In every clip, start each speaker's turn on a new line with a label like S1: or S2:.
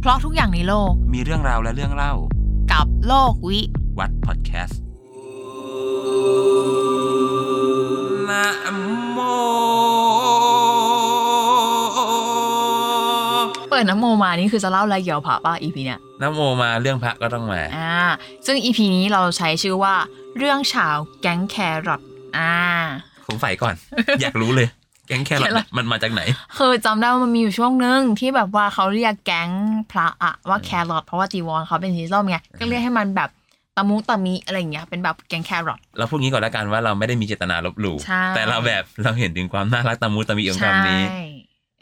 S1: เพราะทุกอย่างในโลก
S2: มีเรื่องราวและเรื่องเล่า
S1: กับโลกวิ
S2: วัดพอดแคสต์นะโม
S1: เปิดน้ำโมมานี่คือจะเล่าอะไรเกี่ยวกับพระป่ะ EP เนี่ย
S2: นะโมมาเรื่องพระก็ต้องมา
S1: อ่าซึ่ง EP นี้เราใช้ชื่อว่า เรื่องเฉาวแก๊งแครอทอ่า
S2: ผมใส่ ก่อน อยากรู้เลย แก๊งแครอทเนี่ยมันมาจากไหน
S1: คือจำได้ว่ามันมีอยู่ช่วงหนึ่งที่แบบว่าเขาเรียกแก๊งพระอะว่าแครอทเพราะว่าจีวรเขาเป็นสีส้มไงก็เรียกให้มันแบบตะมุตะมิอะไรอย่างเงี้ยเป็นแบบแก๊งแครอท
S2: เราพูดงี้ก่อนแล้วกันว่าเราไม่ได้มีเจตนาลบหลู่
S1: ใช่
S2: แต่เราแบบเราเห็นถึงความน่ารักตามูตามีของคำนี้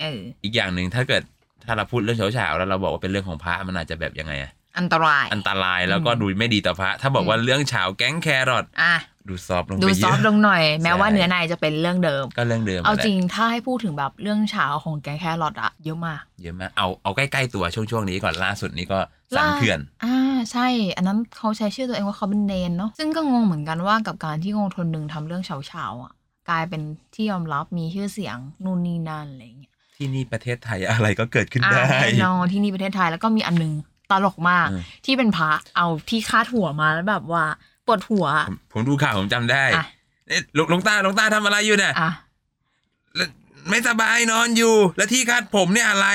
S1: เออ
S2: อีกอย่างหนึ่งถ้าเกิดถ้าเราพูดเรื่องเฉาๆแล้วเราบอกว่าเป็นเรื่องของพระมันอาจจะแบบยังไงอะ
S1: อันตราย
S2: อันตรายแล้วก็
S1: อืม
S2: ดูไม่ดีต่อพระ ถ้าบอก
S1: อืม
S2: ว่าเรื่องเฉาแก๊งแครอท
S1: อ่ะ
S2: ดูซอฟต์ลง
S1: ดู
S2: ไป
S1: ซ
S2: เย
S1: อฟ
S2: อะ
S1: ต์ลงหน่อย แม้ว่า
S2: ใช่
S1: เนื้อในจะเป็นเรื่องเดิม
S2: ก็เรื่องเดิม
S1: เอา
S2: แหละ
S1: จริงถ้าให้พูดถึงแบบเรื่องเช้าของแก๊งแครอทอะเยอะมาก
S2: เยอะมากเอาเอาใกล้ๆตัวช่วงช่วงๆนี้ก่อนล่าสุดนี้ก็สันเขื่อน
S1: อ่าใช่ อันนั้นเขาใช้ชื่อตัวเองว่าเขาเป็นเนนเนาะซึ่งก็งงเหมือนกันว่ากับการที่องค์ทนหนึ่งทำเรื่องเฉาเฉาๆอะกลายเป็นที่ยอมรับมีชื่อเสียงนู่นนี่นั่นอะไรอย่างเงี้ย
S2: ที่นี่ประเทศไทยอะไรก็เกิดขึ้น
S1: อ่า
S2: ได้
S1: แน่นอนที่นี่ประเทศไทยแล้วก็มีอันหนึงตลกมาก
S2: อืม
S1: ที่เป็นพระเอาที่คาดหัวมาแล้วแบบว่าปวดหัว
S2: ผมผมดูข่าวผมจำได้
S1: อ่ะ
S2: เอ๊ะหลวงหลวงตาหลวงตาทำอะไรอยู่เนี่ย
S1: อ่ะ
S2: แล้วไม่สบายนอนอยู่ แล้วที่คาดผมเนี่ยอะไร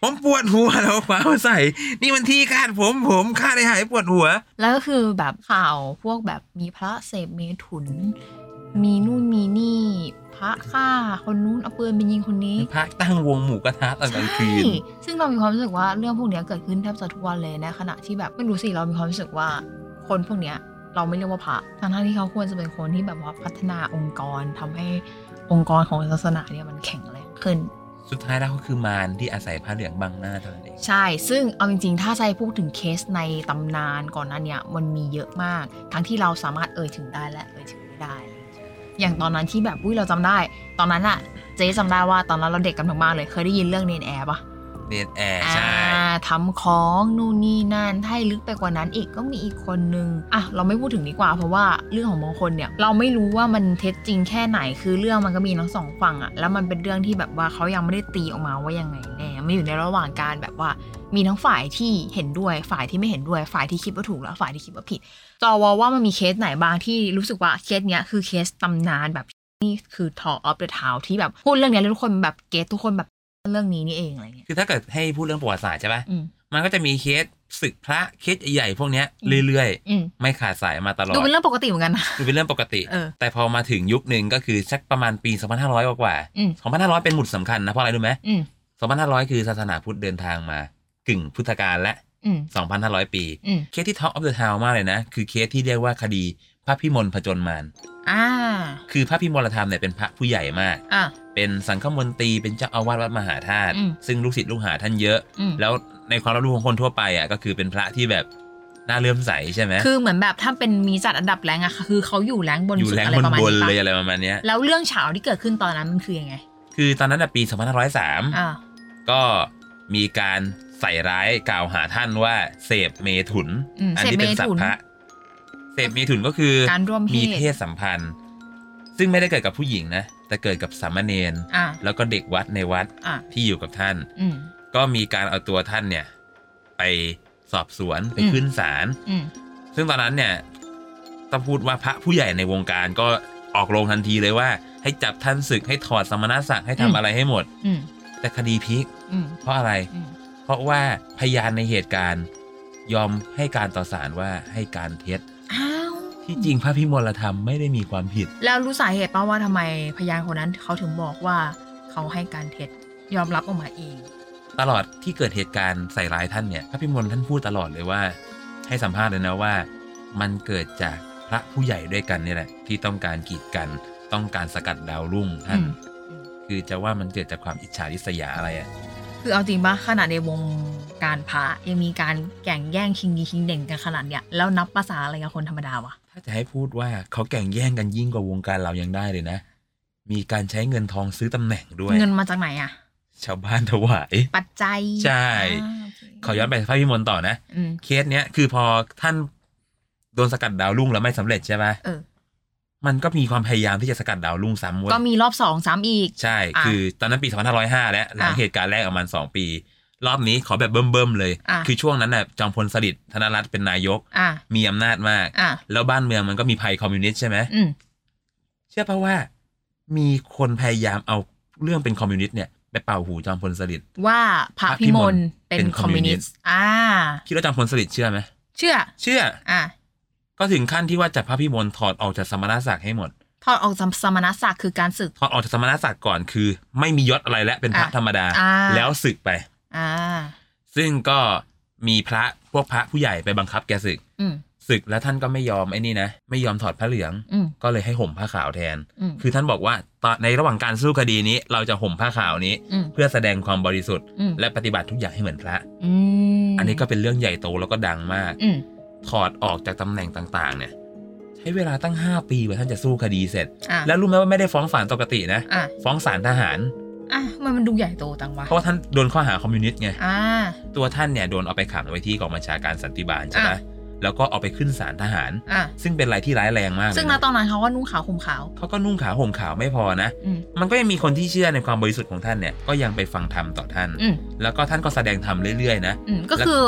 S2: ผมปวดหัวแล้วฟ้ามาใส่ นี่มันที่คาดผมผมคาดให้หายปวดหัว
S1: แล้วก็คือแบบข่าวพวกแบบมีพระเสพเมถุน มีนู่นมีนี่ พระฆ่าคนนู้นเอาปืนไปยิงคนนี้
S2: พระตั้งวงหมูกระทะตอนกลางคื
S1: ใช่
S2: น
S1: ซึ่งเรามีความรู้สึกว่าเรื่องพวกเนี้ยเกิดขึ้นแทบจะทุกวันเลยนะขณะที่แบบไม่รู้สิเรามีความรู้สึกว่าคนพวกเนี้ยเราไม่เรียกว่าพระทั้งๆที่เขาควรจะเป็นคนที่แบบว่าพัฒนาองค์กรทำให้องค์กรของศาสนาเนี่ยมันแข็งแรงขึ้น
S2: สุดท้ายแล้วก็คือมารที่อาศัยผ้าเหลืองบังหน้าเท่านั้นเอง
S1: ใช่ ซึ่งเอาจริงๆ ถ้าใจพูดถึงเคสในตำนานก่อนหน้าเนี้ยมันมีเยอะมาก ทั้งที่เราสามารถเอ่ยถึงได้และเอ่ยถึงไม่ได้ อย่างตอนนั้นที่แบบอุ้ยเราจำได้ ตอนนั้นอะเจ๊จำได้ว่าตอนนั้นเราเด็กกันมากๆเลย เคยได้ยินเรื่องเนนแอร์ปะ
S2: เนนแอร์ใช่
S1: อ่าทำของนู่นนี่นั่นถ้าให้ลึกไปกว่านั้นอีกก็มีอีกคนนึงอ่ะเราไม่พูดถึงดีกว่าเพราะว่าเรื่องของบางคนเนี่ยเราไม่รู้ว่ามันเท็จจริงแค่ไหนคือเรื่องมันก็มีทั้งสองฝั่งอะแล้วมันเป็นเรื่องที่แบบว่าเขายังไม่ได้ตีออกมาว่ายังไงแน่ไม่อยู่ในระหว่างการแบบว่า มีทั้งฝ่ายที่เห็นด้วยฝ่ายที่ไม่เห็นด้วยฝ่ายที่คิดว่าถูกและฝ่ายที่คิดว่าผิด จอวอว่ามันมีเคสไหนบ้างที่รู้สึกว่าเคสเนี้ยคือเคสตำนานแบบนี่คือ talk of the town ที่แบบพูดเรื่องเนี้ยแล้วทุกคนแบบเกตทุกคนแบบเรื่องนี้นี่เองอะไรเงี้ย
S2: คือถ้าเกิดให้พูดเรื่องประวัติศาสตร์ใช่ปะ
S1: อืม
S2: มันก็จะมีเคสศึกพระเคสใหญ่ๆพวกเนี้ย
S1: อืม
S2: เรื่อย
S1: อืม
S2: ๆ ไม่ขาดสายมาตลอด
S1: ดูเป็นเรื่องปกติเหมือนกันนะ
S2: ดูเป็นเรื่องปกติ
S1: เออ
S2: แต่พอมาถึงยุคหนึ่งก็คือสักประมาณปี 2500 กว่า
S1: อืม
S2: ๆ2500 เป็นหมุดสำคัญนะเพราะอะไรรู้ไหม
S1: อืม
S2: 2,500 คือศาสนาพุทธเดินทางมากึ่งพุทธกาลและ
S1: อืม
S2: 2,500 ปี
S1: อืม
S2: เคสที่ Top of the Town มากเลยนะ คือเคสที่เรียกว่าคดีพระพิมลผจญมาร
S1: อ่า
S2: คือพระพิมลธรรมเนี่ยเป็นพระผู้ใหญ่มาก
S1: อ่ะ
S2: เป็นสังฆมนตรีเป็นเจ้าอาวาสวัดมหาธาตุ
S1: อืม
S2: ซึ่งลูกศิษย์ลูกหาท่านเยอะ
S1: อืม
S2: แล้วในความรับรู้ของคนทั่วไปอ่ะก็คือเป็นพระที่แบบน่าเลื่อมใสใช่ไหม
S1: คือเหมือนแบบถ้าเป็นมีจัดอันดับแรงอะค่ะคือเขาอยู่แรงบน
S2: อยู่
S1: สุด
S2: แรง
S1: อะไรประมาณ
S2: บน
S1: นี้ปะ
S2: ๆเลยอะไรประมาณเนี้ย
S1: แล้วเรื่องเฉาที่เกิดขึ้นตอนนั้นมันคือยังไง
S2: คือตอนนั้นน่ะปี
S1: อ่า
S2: 2503 ก็มีการใส่ร้ายกล่าวหาท่านว่าเสพเมถุน
S1: อืม
S2: อัน
S1: เสพเม
S2: นี้เป็นสัพ
S1: ถุน
S2: พะเสพเมถุนก็คือ
S1: การร่วมเพ
S2: มี
S1: ศ
S2: เพศสัมพันธ์ ซึ่งไม่ได้เกิดกับผู้หญิงนะ แต่เกิดกับสามเณร
S1: อ่า
S2: แล้วก็เด็กวัดในวัด
S1: อ่า
S2: ที่อยู่กับท่าน
S1: อืม
S2: ก็มีการเอาตัวท่านเนี่ย ไปสอบสวนไป
S1: อืม
S2: ขึ้นศาล
S1: อืม
S2: ซึ่งตอนนั้นเนี่ยต้องพูดว่าพระผู้ใหญ่ในวงการก็ออกโรงทันทีเลยว่า ให้จับท่านศึกให้ถอดสมณศักดิ์ให้ทำ
S1: อืม
S2: อะไรให้หมด
S1: อืม
S2: แต่คดีพลิก
S1: อืม
S2: เพราะอะไร
S1: อืม
S2: เพราะว่าพยานในเหตุการณ์ ยอมให้การต่อศาลว่าให้การเท็จ
S1: อ้าว
S2: ที่จริงพระพิมลธรรมไม่ได้มีความผิด
S1: แล้วรู้สาเหตุป่าว่าทำไมพยานคนนั้นเขาถึงบอกว่าเขาให้การเท็จยอมรับออกมาเอง
S2: ตลอดที่เกิดเหตุการณ์ใส่ร้ายท่านเนี่ยพระพิมลท่านพูดตลอดเลยว่า ให้สัมภาษณ์เลยนะว่า มันเกิดจากพระผู้ใหญ่ด้วยกันเนี่ยแหละที่ต้องการกีดกันต้องการสกัดดาวรุ่งท่าน
S1: อืม
S2: คือจะว่ามันเกิดจากความอิจฉาริษยาอะไรอะ
S1: คือเอาจริงปะขนาดในวงการพระยังมีการแข่งแย่งชิงดีชิงเด่นกันขนาดเนี้ยแล้วนับภาษาอะไรกับคนธรรมดาวะ
S2: ถ้าจะให้พูดว่าเขาแก่งแย่งกันยิ่งกว่าวงการเรายังได้เลยนะ มีการใช้เงินทองซื้อตำแหน่งด้วย
S1: เงินมาจากไหนอะ
S2: ชาวบ้านถวาย
S1: ปัจจัย
S2: ใช่
S1: อ่าโเค
S2: ขอย้อนไปพระพิมลต่อนะ
S1: อืม
S2: เคสเนี้ยคือพอท่านโดนสกัดดาวรุ่งแล้วไม่สำเร็จใช่ไหม
S1: เออ
S2: มันก็มีความพยายามที่จะสกัดดาวรุ่งซ้ำเว้ย
S1: ก็มีรอบสองสามอีก
S2: ใช่
S1: อ่ะ
S2: คือตอนนั้นปี 2505 แล้วหลัง
S1: อ่ะ
S2: เหตุการณ์แรกประมาณ 2 ปี รอบนี้ขอแบบเบิ่มๆเลย
S1: อ่ะ
S2: คือช่วงนั้นน่ะจอมพลสฤษดิ์ธนรัตน์เป็นนายก
S1: อ่ะ
S2: มีอำนาจมาก
S1: อ่ะ
S2: แล้วบ้านเมืองมันก็มีภัยคอมมิวนิสต์ใช่ไหม
S1: อืม
S2: เชื่อปะว่ามีคนพยายามเอาเรื่องเป็นคอมมิวนิสต์เนี่ยไปเป่าหูจอมพลสฤษดิ์
S1: ว่าพระพิมล
S2: เป็
S1: เป็น นคอมมิวนิส
S2: คอมมิวนิสต์
S1: ต์อ่า
S2: คิดว่าจอมพลสฤษดิ์เชื่อไหม
S1: เชื่อ
S2: เชื่อ
S1: อ่ะ
S2: ก็ถึงขั้นที่ว่าจับพระพิมลถอดออกจากสมณศักดิ์ให้หมด
S1: ถอดออกจากสมณศักดิ์คือการศึก
S2: ถอดออกจากสมณศักดิ์ก่อนคือ ไม่มียศอะไรและเป็นพระ
S1: อ่ะ
S2: ธรรมดา
S1: อ่า
S2: แล้วศึกไป
S1: อ่า
S2: ซึ่งก็มีพระพวกพระผู้ใหญ่ไปบังคับแกศึก
S1: อืม
S2: ศึกแล้วท่านก็ไม่ยอมไอ้นี่นะ ไม่ยอมถอดผ้าเหลือง
S1: อืม
S2: ก็เลยให้ห่มผ้าขาวแทน
S1: อืม
S2: คือท่านบอกว่าตอนในระหว่างการสู้คดีนี้ เราจะห่มผ้าขาวนี้
S1: อืม
S2: เพื่อแสดงความบริสุทธิ์
S1: อืม
S2: และปฏิบัติทุกอย่างให้เหมือนพระ
S1: อืม
S2: อันนี้ก็เป็นเรื่องใหญ่โตแล้วก็ดังมาก
S1: อืม
S2: ถอดออกจากตำแหน่งต่างๆ เนี่ย ใช้เวลาตั้ง 5 ปีกว่าท่านจะสู้คดีเสร็จ
S1: อ่ะ
S2: แล้วรู้ไหมว่าไม่ได้ฟ้องศาลปกตินะ
S1: อ่ะ
S2: ฟ้องศาลทหาร
S1: อ่ะมันมันดูใหญ่โตจังวะ
S2: เพราะว่าท่านโดนข้อหาคอมมิวนิสต์ไง
S1: อ่า
S2: ตัวท่านเนี่ยโดนเอาไปขังไว้ที่กองบัญชาการสันติบาลใช่ไหม
S1: อ่ะ
S2: แล้วก็เอาไปขึ้นศาลทหาร
S1: อ่ะ
S2: ซึ่งเป็นอะไรที่ร้ายแรงมากเลย
S1: ซึ่งณตอนนั้นเขาก็นุ่งขาวห่มขาว
S2: เขาก็นุ่งขาวห่มขาวไม่พอนะ
S1: อืม
S2: มันก็ยังมีคนที่เชื่อในความบริสุทธิ์ของท่านเนี่ย ก็ยังไปฟังธรรมต่อท่าน
S1: อืม
S2: แล้วก็ท่านก็แสดงธรรมเรื่อยๆนะ
S1: อืมก็คือ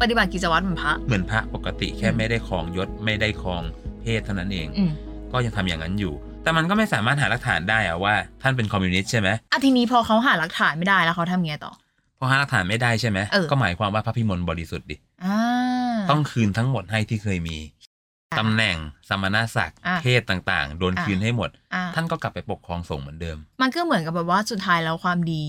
S1: ปฏิบัติกิจวัตรเหมือนพระ
S2: เหมือนพระปกติแค่
S1: อืม
S2: ไม่ได้ครองยศไม่ได้ครองเพศเท่านั้นเอง
S1: อืม
S2: ก็ยังทำอย่างนั้นอยู่ แต่มันก็ไม่สามารถหาหลักฐานได้อะว่าท่านเป็นคอมมิวนิสต์ใช่ไหม
S1: อ่ะทีนี้พอเขาหาหลักฐานไม่ได้แล้วเขาทำไงต่อ
S2: พอหาหลักฐานไม่ได้ใช่ไหม
S1: เออ
S2: ก็หมายความว่าพระพิมลบริสุทธิ์ดิ
S1: อ่า
S2: ต้องคืนทั้งหมดให้ที่เคยมี
S1: อ่ะ
S2: ตำแหน่งสมณศักดิ์
S1: อ่ะ
S2: เพศต่างๆ โดน
S1: อ่ะ
S2: คืนให้หมด
S1: อ่า
S2: ท่านก็กลับไปปกครองสงฆ์เหมือนเดิม
S1: มันก็เหมือนกับแบบว่าสุดท้ายแล้วความดี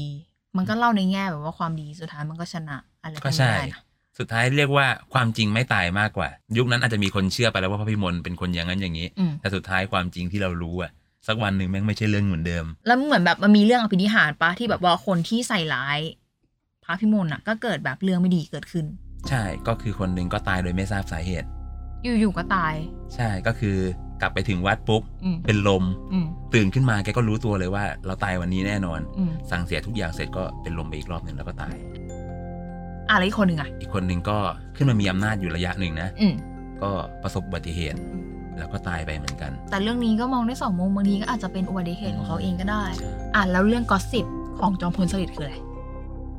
S1: มันก็เล่าในแง่แบบว่าความดีสุดท้ายมันก็ชนะอะไร
S2: ก็ใช่
S1: แบบนี้นะ
S2: สุดท้ายเรียกว่าความจริงไม่ตายมากกว่า ยุคนั้นอาจจะมีคนเชื่อไปแล้วว่าพระพิมลเป็นคนอย่างนั้นอย่างนี้
S1: อืม
S2: แต่สุดท้ายความจริงที่เรารู้อะสักวันหนึ่งแม่งไม่ใช่เรื่องเหมือนเดิม
S1: แล้วเหมือนแบบมันมีเรื่องอภินิหารปะที่แบบว่าคนที่ใส่ร้าย พระพิมลน่ะ ก็เกิดแบบเรื่องไม่ดีเกิดขึ้น
S2: ใช่ก็คือคนหนึ่งก็ตายโดยไม่ทราบสาเหตุ
S1: อยู่ๆก็ตาย
S2: ใช่ก็คือกลับไปถึงวัดปุ๊บ
S1: อืม
S2: เป็นลม
S1: อืม
S2: ตื่นขึ้นมาแกก็รู้ตัวเลยว่า เราตายวันนี้แน่นอน
S1: อืม
S2: สั่งเสียทุกอย่างเสร็จก็เป็นลมไปอีกรอบหนึ่งแล้วก็ตาย
S1: อะไรอีกคนหนึ่งอ่ะ
S2: อีกคนหนึ่งก็ขึ้นมามีอำนาจอยู่ระยะหนึ่งนะ
S1: อืม
S2: ก็ประสบอุบัติเหตุ แล้วก็ตายไปเหมือนกัน
S1: แต่เรื่องนี้ก็มองได้สองมุมบางทีก็อาจจะเป็นอุบัติเหตุของเขาเองก็ได้ อ่ะแล้วเรื่องกอสซิปของจอมพลสฤษดิ์คืออะไร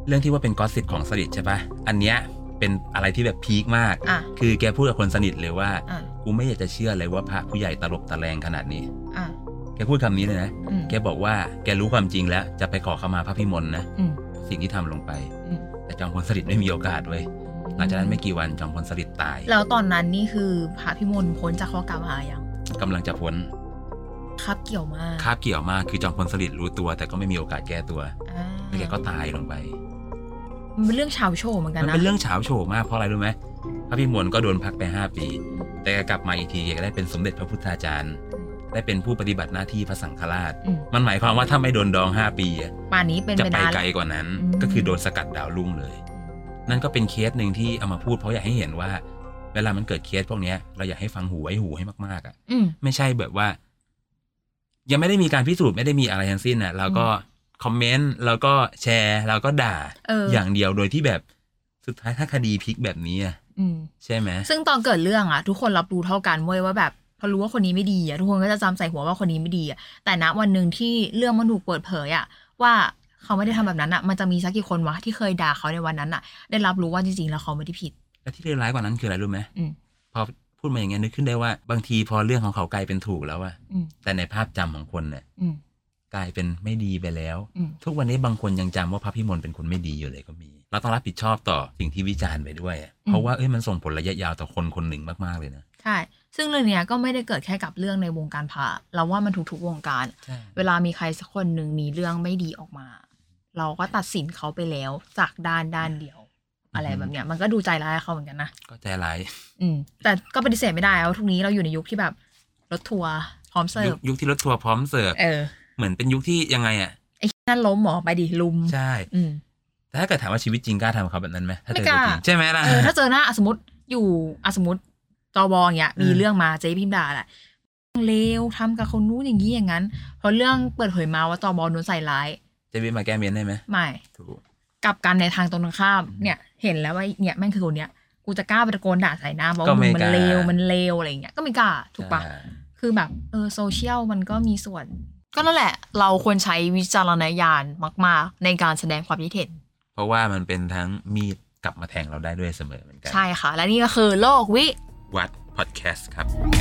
S2: เรื่องที่ว่าเป็นกอสซิปของสนิทใช่ปะอันเนี้ยเป็นอะไรที่แบบพีคมาก
S1: อ่ะ
S2: คือแกพูดกับคนสนิทเลยว่า
S1: อ่ะ
S2: กูไม่อยากจะเชื่อเลยว่าพระผู้ใหญ่ตลบตะแรงขนาดนี้
S1: อ่ะ
S2: แกพูดคำนี้เลยนะ
S1: อืม
S2: แกบอกว่าแกรู้ความจริงแล้วจะไปขอขมาพระพิมลนะ
S1: อืม
S2: สิ่งที่ทำลงไป
S1: อืม
S2: แต่จอมพลสฤษดิ์ไม่มีโอกาสเว้ย หลังจากนั้นไม่กี่วันจอมพลสฤษดิ์ตาย
S1: แล้วตอนนั้นนี่คือพระพิมลพ้นจากข้อกล่าวหายัง
S2: กำลังจะพ้น
S1: ครับเกี่ยวมาก
S2: คาบเกี่ยวมากคือจอมพลสฤษดิ์รู้ตัว แต่ก็ไม่มีโอกาสแก้ตัว
S1: อ่า
S2: แล้วแกก็ตายลงไป
S1: มันเป็นเรื่องชาวโชว์เหมือนกัน
S2: มัน
S1: นะ
S2: เป็นเรื่องเฉาวโฉวมากเพราะอะไรรู้ไหมพระพิมลก็โดนพักไป 5 ปี แต่กลับมาอีกทีแกก็ได้เป็นสมเด็จพระพุทธาจารย์ ได้เป็นผู้ปฏิบัติหน้าที่พระสังฆราช
S1: อืม
S2: มันหมายความว่าถ้าไม่โดนดอง 5 ปีอะ
S1: ป่านนี้เป็น
S2: จะ
S1: ไป
S2: ไป
S1: ได้
S2: ไกล
S1: แล้ว
S2: กว่านั้น
S1: อืม
S2: ก็คือโดนสกัดดาวรุ่งเลย นั่นก็เป็นเคสหนึ่งที่เอามาพูดเพราะอยากให้เห็นว่า เวลามันเกิดเคสพวกเนี้ยเราอยากให้ฟังหูไว้หูให้มากๆอ่ะ
S1: อืม
S2: ไม่ใช่แบบว่า ยังไม่ได้มีการพิสูจน์ไม่ได้มีอะไรทั้งสิ้นน่ะเราก็คอมเมนต์แล้วก็แชร์แล้วก็ด่า
S1: เอออ
S2: ย่างเดียวโดยที่แบบสุดท้ายถ้าคดีพลิกแบบนี้อะ
S1: อืม
S2: ใช่ไหม
S1: ซึ่งตอนเกิดเรื่องอะทุกคนรับรู้เท่ากันเว้ยว่าแบบพอรู้ว่าคนนี้ไม่ดีอะทุกคนก็จะจำใส่หัวว่าคนนี้ไม่ดีอะแต่ณวันหนึ่งที่เรื่องมันถูกเปิดเผยอะว่าเขาไม่ได้ทำแบบนั้นอะมันจะมีสักกี่คนวะที่เคยด่าเขาในวันนั้นอะได้รับรู้ว่าจริงๆแล้วเขาไม่ได้ผิด
S2: และที่เลวร้ายกว่านั้นคืออะไรรู้ไหม
S1: อืม
S2: พอพูดมาอย่างเงี้ยนึกขึ้นได้ว่า บางทีพอเรื่องของเขากลายเป็นถูกแล้วอะ
S1: อืม
S2: แต่ในภาพจำของคนเนี่ย
S1: อืม
S2: กลายเป็นไม่ดีไปแล้ว
S1: อืม
S2: ทุกวันนี้บางคนยังจำว่าพระพิมลเป็นคนไม่ดีอยู่เลยก็มี เราต้องรับผิดชอบต่อสิ่งที่วิจารณ์ไปด้วยอะเพราะว่าเอ้ยมันส่งผลระยะยาวต่อคนคนหนึ่งมากๆเลยนะ
S1: ใช่ ซึ่งเรื่องเนี้ยก็ไม่ได้เกิดแค่กับเรื่องในวงการพระเราว่ามันทุกๆวงการ
S2: ใช่
S1: เวลามีใครสักคนหนึ่งมีเรื่องไม่ดีออกมา เราก็ตัดสินเขาไปแล้วจากด้านด้านเดียว อะไร
S2: อือฮึ
S1: แบบเนี้ย มันก็ดูใจร้ายเขาเหมือนกันนะ
S2: ก็ใจร้าย
S1: อืม แต่ก็ปฏิเสธไม่ได้ว่าทุกนี้เราอยู่ในยุคที่แบบรถทัวร์พร้อมเสิร์
S2: ยุ
S1: ฟ
S2: คยุคที่รถทัวร์พร้อมเสิร์ฟ
S1: เออ
S2: เหมือนเป็นยุคที่ยังไงอ่ะ
S1: ไอ้นั่นล้มหมอไปดิลุม
S2: ใช่
S1: อืม
S2: แต่ถ้าเกิดถามว่าชีวิตจริงกล้าทำกับเขาแบบนั้นไหมถ้าเจอ
S1: ไม่ก
S2: ตัว
S1: ล้า
S2: จริงใช่ไหมล่ะ
S1: เออถ้าเจอหน้าอ่ะสมมติอยู่อะสมมติจอบอย่างเงี้ย
S2: อืม
S1: มีเรื่องมาเจ๊พิมพ์ด่าแหละเลวทำกับคนนู้นอย่างนี้อย่างนั้นพอเรื่องเปิดเผยมาว่าจอบอนู้นใส่ร้าย
S2: เจะบินมาแก้เมียนได้ไหม
S1: ไม่
S2: ถูก
S1: กลับกันในทางตรงกันข้าม
S2: อืม
S1: เนี่ย เห็นแล้วว่าเนี่ยแม่งคือคนเนี้ย กูจะกล้าไปตะโกนด่าใส่หน้าบอก
S2: ก็
S1: ว่า
S2: ไม่
S1: มึงมัน
S2: กล้า
S1: เลวมันเลวอะไรอย่างเงี้ยก็ไม่กล้าถูกปะ
S2: อ่า
S1: คือแบบเออโซเชียลมันก็มีส่วน ก็นั่นแหละ เราควรใช้วิจารณญาณมาก ๆ ในการแสดงความคิดเห็น
S2: เพราะว่ามันเป็นทั้งมีดกลับมาแทงเราได้ด้วยเสมอเหมือนกัน
S1: ใช่ค่ะ และนี่ก็คือโลกวิ
S2: วัดพอดแคสต์ครับ